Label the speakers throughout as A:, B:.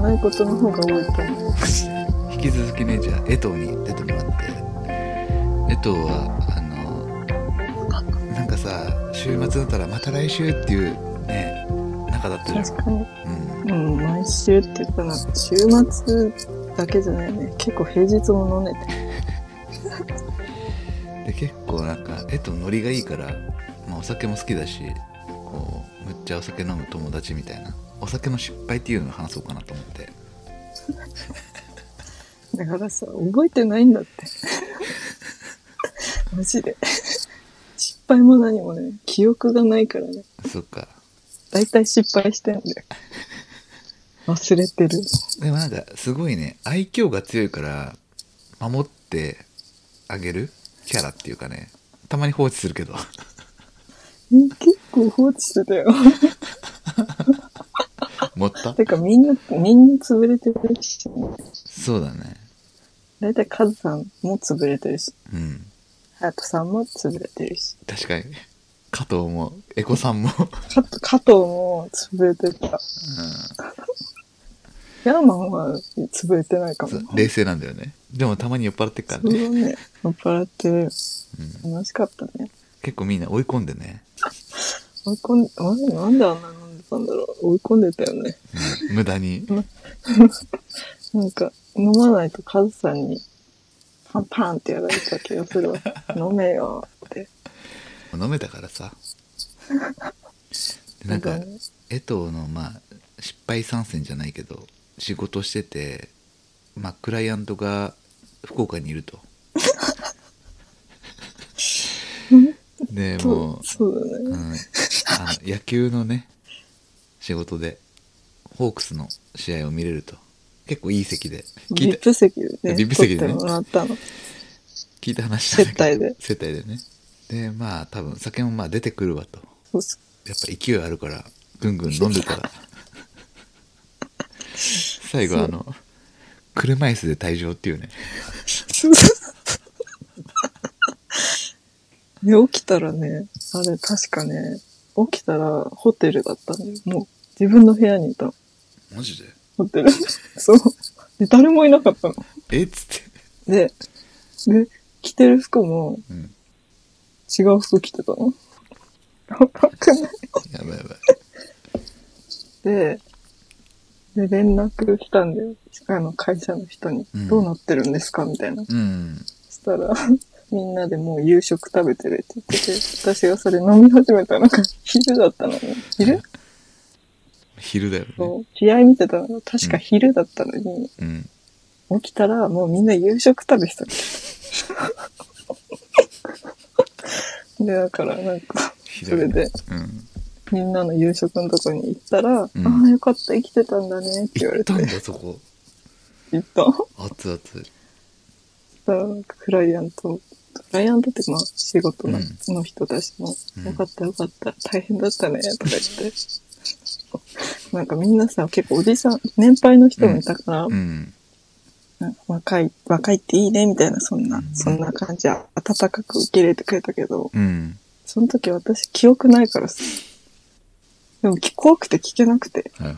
A: ないことの方が多いと思う。
B: 引き続きねじゃあ江藤に出てもらって江藤はあのなんかさ週末だったらまた来週っていうね仲だったじゃん、
A: 確かに。
B: うん、
A: うん、毎週っていうかな、週末だけじゃないよね。結構平日も飲んでて。
B: で結構なんか江藤ノリがいいから、まあ、お酒も好きだしこうむっちゃお酒飲む友達みたいなお酒の失敗っていうのを話そうかなと思って
A: だからさ、覚えてないんだって。 マジで。失敗も何もね、記憶がないからね。
B: そっか
A: だいたい失敗してんだよ。忘れてる。
B: でもなんかすごいね愛嬌が強いから守ってあげるキャラっていうかねたまに放置するけど
A: え結構放置してたよ。
B: 持った
A: てかみんな、みんな潰れてるし、ね、
B: そうだね
A: だいたいカズさんも潰れてるし、
B: うん
A: ハヤトさんも潰れてるし、
B: 確かに加藤もエコさんも、う
A: 加藤加藤も潰れてた。
B: ん
A: ヤーマンは潰れてないかも。
B: そ
A: そうう、
B: 冷静なんだよねでもたまに酔っ払ってっからね、
A: だね。酔っ払ってるよ。
B: うん、
A: 楽しかったね。
B: 結構みんな追い込んでね、
A: 追い込んで、なんでなんであんな飲んでたんだろう。追い込んでたよね。
B: うん無駄に
A: なんか、飲まないとカズさんに、パンパンってやられた気がする わ。飲めよって。
B: 飲めたから さでなんか
A: そうだね
B: 江藤のまあ失敗参戦じゃないけど仕事しててまあクライアントが福岡にいる とで
A: そ
B: も
A: う、そうだ
B: う、うん、
A: ね。
B: あの野球のね仕事でホークスの試合を見れると結構いい席で聞
A: ビ
B: い
A: ッ
B: た
A: プ席でね、
B: ビップ席で
A: 取
B: ね
A: ってもらったの。
B: 聞いた話なんだけど
A: 接
B: 接待でねでまあ多分酒もまあ出てくるわと
A: そうそう
B: やっぱ勢いあるからぐんぐん飲んで たら最後あの車椅子で退場っていうね
A: で起きたらね、あれ確かね、起きたらホテルだったんだよ。もう自分の部屋にいたの。
B: マジで
A: ホテル。 そう。で、誰もいなかったの。
B: えっつって
A: で、で、着てる服も
B: うん
A: 違う服着てたの。やばくない
B: やばいやばい
A: で、で、連絡来たんだよ。あの、会社の人に。
B: うん
A: どうなってるんですかみたいな。
B: うん
A: したら、 みんなでもう夕食食べてるって言ってて、私がそれ飲み始めたのが 昼だったのね。昼
B: 昼だよね
A: そう。試合見てたのが確か昼だったのに、
B: うん
A: 起きたらもうみんな夕食食べてた みたい。で、だからなんか、
B: ひ
A: それで
B: うん
A: みんなの夕食のとこに行ったら、
B: ん
A: ああ、よかった、生きてたんだねって言わ
B: 行っ
A: れて
B: たん、だそこ
A: 行った。そ
B: 熱々
A: したらなんかクライアント、クライアントってまあ仕事の,、
B: う
A: の人たちも、
B: うん
A: よかったよかった、大変だったね、とか言って。 なんかみんなさ、結構おじさん、年配の人もいたから、
B: うん
A: なんか若い、若いっていいね、みたいな、そんな
B: う、ん
A: そんな感じ、あ温かく受け入れてくれたけど、
B: うん
A: その時私記憶ないからさ、でもき怖くて聞けなくて、
B: はいは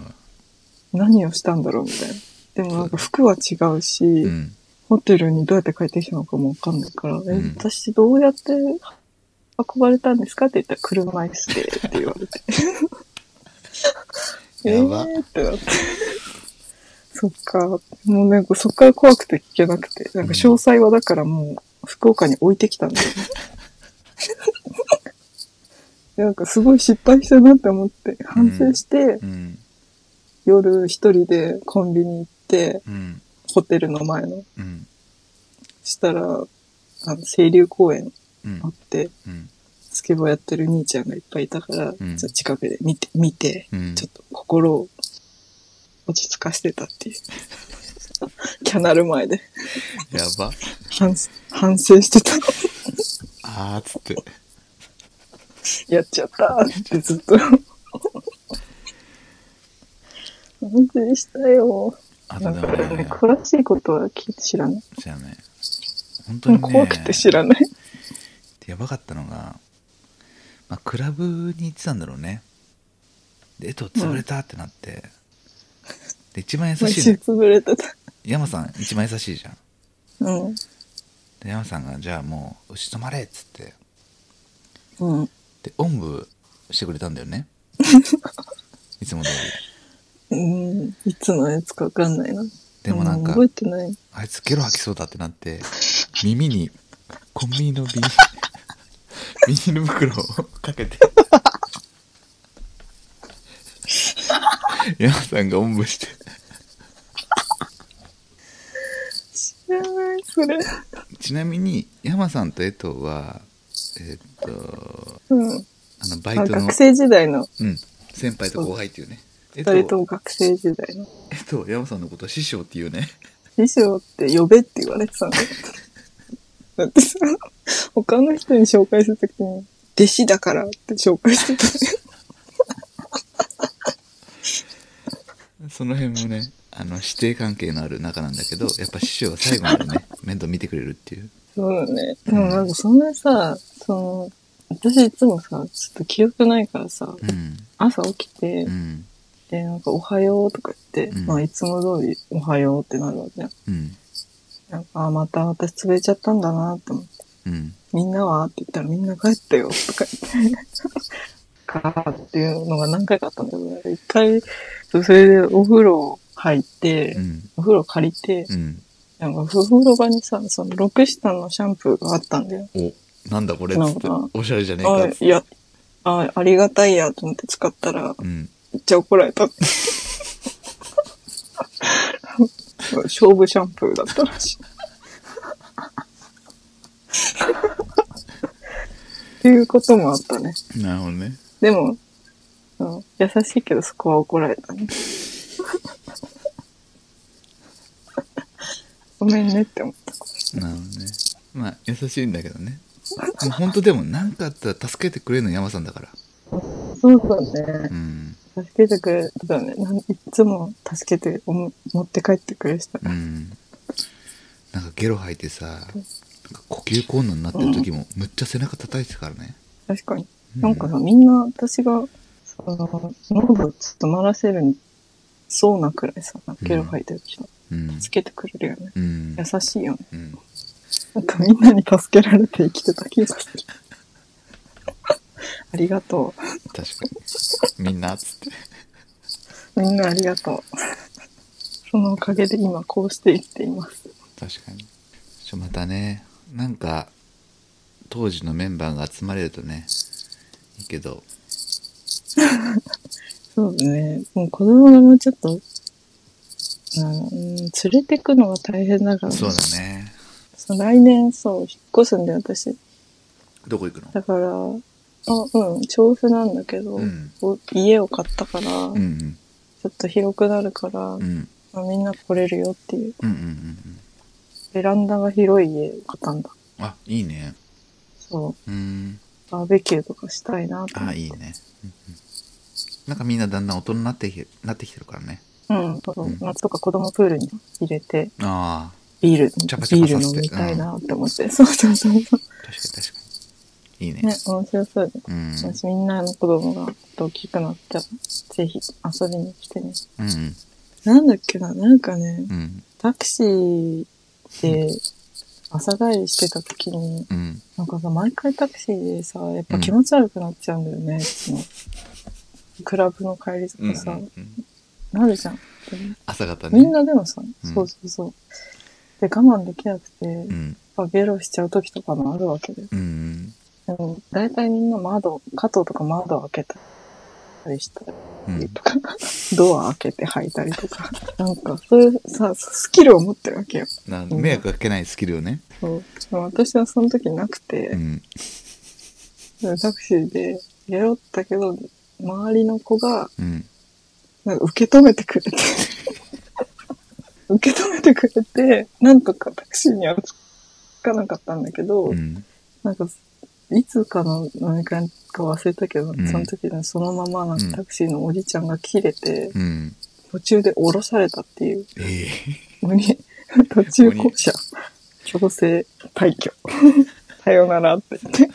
A: 何をしたんだろう、みたいな。でもなんか服は違うし、
B: いうん
A: ホテルにどうやって帰ってきたのかもわかんないから、え
B: ん
A: 私どうやって運ばれたんですかって言ったら車椅子でって言われて。
B: やば
A: えーってなって。そっか。もうなんかそっから怖くて聞けなくて。なんか詳細はだからもう福岡に置いてきたんだよね。でなんかすごい失敗したなって思って、反省して、
B: うん
A: 夜一人でコンビニ行って、
B: うん
A: ホテルの前の。
B: うん
A: したら、あの、清流公園
B: うん
A: あって、
B: うん
A: スケボーやってる兄ちゃんがいっぱいいたから、
B: ん
A: ちょっと近くで見て、見て、
B: うん
A: ちょっと心を落ち着かせてたっていう。 キャナル前で
B: やば
A: 反反省してた。
B: あーっつって
A: やっちゃったってずっと。反省したよ。
B: あ
A: な
B: と
A: ん
B: で
A: か
B: も
A: ね、
B: ね
A: 詳しいことは聞いて知らない。
B: じゃあね本当にね
A: 怖くて知らない。
B: やばかったのが、まあ、クラ ブに行ってたんだろうねでえっと潰れたってなって、で一番優
A: 毎
B: し い
A: 週
B: の
A: 潰れてた。
B: 山さん一番優しいじゃん
A: うん。
B: で山さんが「じゃあもう牛止まれ」っつって
A: うん。
B: でおんぶしてくれたんだ よねいつも通り
A: うん。いつのやつかわかんないな。
B: でもなん
A: う
B: か
A: 覚えてない。
B: あいつゲロ吐きそうだってなって耳にコンビニのビニビニー ル袋をかけて山さんがおんぶして
A: 知らない、それ。
B: ちなみに山さんと江藤はえーっと
A: うん。
B: あのバ
A: あ
B: イトの
A: 学生時代の、
B: うん、先輩と後輩っていうね江
A: 二
B: 藤
A: 人とも学生時代の。
B: 江藤山さんのことを師匠っていうね
A: 師匠って呼べって言われてたん だよ。だってさ、他の人に紹介するときに、弟子だからって紹介してたんだよ。
B: その辺もねあの師弟関係のある仲なんだけどやっぱ師匠は最後までね面倒見てくれるっていう
A: そうだね。でもなんかそんなさ、その、私いつもさ、ちょっと記憶ないからさ、
B: うん
A: 朝起きて
B: う、ん
A: で、なんかおはようとか言って、
B: うん
A: まあいつも通りおはようってなるわけじゃん。
B: うん
A: なんか、あ、また私潰れちゃったんだなって思って。
B: うん
A: みんなはって言ったらみんな帰ったよとか言って。かっていうのが何回かあったんだけど、なんか一回、そうそれでお風呂入って、
B: うん
A: お風呂借りて、
B: うん
A: なんかお風呂場にさ、そのロクシタンのシャンプーがあったんだよ。
B: おなんだこれっつって
A: なんか
B: おしゃれじゃねえか
A: あ
B: っつっ、て
A: いや、あ、ありがたいやと思って使ったら、
B: うん
A: めっちゃ怒られた。勝負シャンプーだったらしい。っていうこともあったね。
B: なるほどね
A: でも、うん、優しいけどそこは怒られたね。ごめんねって思った。
B: なるほどねまあ優しいんだけ どねもう本当でも何かあったら助けてくれるの山さんだから
A: そうだね
B: う。ん
A: 助けてくれたね。なんいつも助けておも持って帰ってくれした
B: う
A: ら。
B: んなんかゲロ吐いてさなんか呼吸困難になってる時もむっちゃ背中叩いてたからね
A: 確かに。
B: う
A: なんかさ、みんな私が、その、喉を詰まらせるそうなくらいさ、ゲロ吐いてる人、
B: うん
A: 助けてくれるよね。
B: うん
A: 優しいよね。
B: うん
A: なんかみんなに助けられて生きてた気がする。ありがと
B: 確かにみんなっつって
A: う。みんなありがとう。そのおかげで今こうして生きています。
B: 確かにちょまたねなんか当時のメンバーが集まれるとねいいけど
A: そうだね。もう子供がもうちょっと、うん、連れてくのが大変だから、
B: そうだね
A: そう来年そう、引っ越すんで私。
B: どこ行くの
A: だから、あ、うん、調布なんだけど、
B: うん
A: お家を買ったから、
B: う
A: ち
B: ん
A: ょっと広くなるから、
B: うんうん
A: まあみんな来れるよっていう。
B: うんうんうん
A: ベランダが広い家を買ったんだ。
B: あいいね
A: そう。
B: うん
A: バーベキューとかしたいなと思っ
B: あ
A: て。
B: いいね、うんうん、なんかみんなだんだん大人になってきなってきてるからね
A: うん。そう
B: うん
A: 夏とか子供プールに入れて、
B: ああ
A: ビール、
B: チャパチャパ
A: ビー
B: さ
A: ル
B: せ
A: 飲
B: て
A: みたいなって思って。そうそうそうそ。
B: 確かに確かにいいう
A: ね
B: ね、
A: 面白そうで。
B: うん
A: 私みんなの子供が大きくなったら、ぜひ遊びに来てね。
B: うんうん
A: なんだっけな、なんかね、
B: うん
A: タクシーで朝帰りしてた時に、
B: うん
A: なんかさ、毎回タクシーでさ、やっぱ気持ち悪くなっちゃうんだよね、そのクラブの帰りと
B: うんう
A: かさ、
B: んうん
A: なるじゃん。で
B: 朝方ね
A: みんなでもさ、
B: ん
A: そうそうそう。で、我慢できなくて、
B: う
A: やっ
B: ん
A: ぱゲロしちゃう時とかもあるわけで。
B: うんうん
A: でも、大体みんな窓、加藤とか窓開けたりした
B: うん
A: りとか、 ドア開けて吐いたりとか、なんか、そういうさ、スキルを持ってるわけよ。
B: な迷惑かけないスキルをね、
A: そう。でも私はその時なくて、
B: うん、
A: タクシーでやろったけど、周りの子が、
B: うん、
A: なんか受け止めてくれて、 受け止めてくれて、なんとかタクシーにはつかなかったんだけど、
B: うん、
A: なんか、いつかの何回か忘れたけど、
B: ん
A: その時にそのままなん
B: うん
A: かタクシーのおじちゃんが切れて、
B: うん、
A: 途中で降ろされたっていう、
B: ええ
A: 無理、 途中降車、強制退去、 さよならって言って。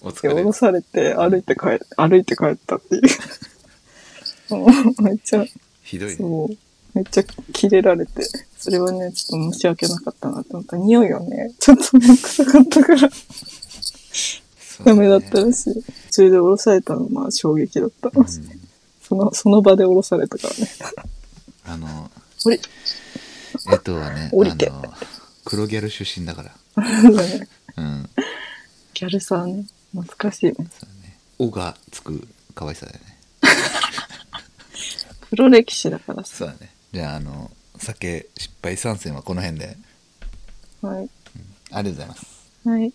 B: お
A: で
B: 疲
A: 降
B: れ
A: ろされて歩いて帰 歩いて帰ったっていうもうめっちゃ
B: ひどいね
A: そうめっちゃキレられて、それはね、ちょっと申し訳なかったなと思った。匂いはね、ちょっとね、臭かったから、
B: そう
A: ダ
B: ね
A: メだったらしい。それで降ろされたのは衝撃だった。
B: うん
A: その、その場で降ろされたからね。
B: あの
A: 降 り、
B: 江藤はね
A: 降りて
B: あの黒ギャル出身だからうん
A: ギャルさんね、懐かしいね。
B: そうだね「お」がつく可愛さだよね
A: 黒歴史だからさ。
B: そうだねじゃああの酒失敗参戦はこの辺で
A: はい。
B: ありがとうございます
A: はい。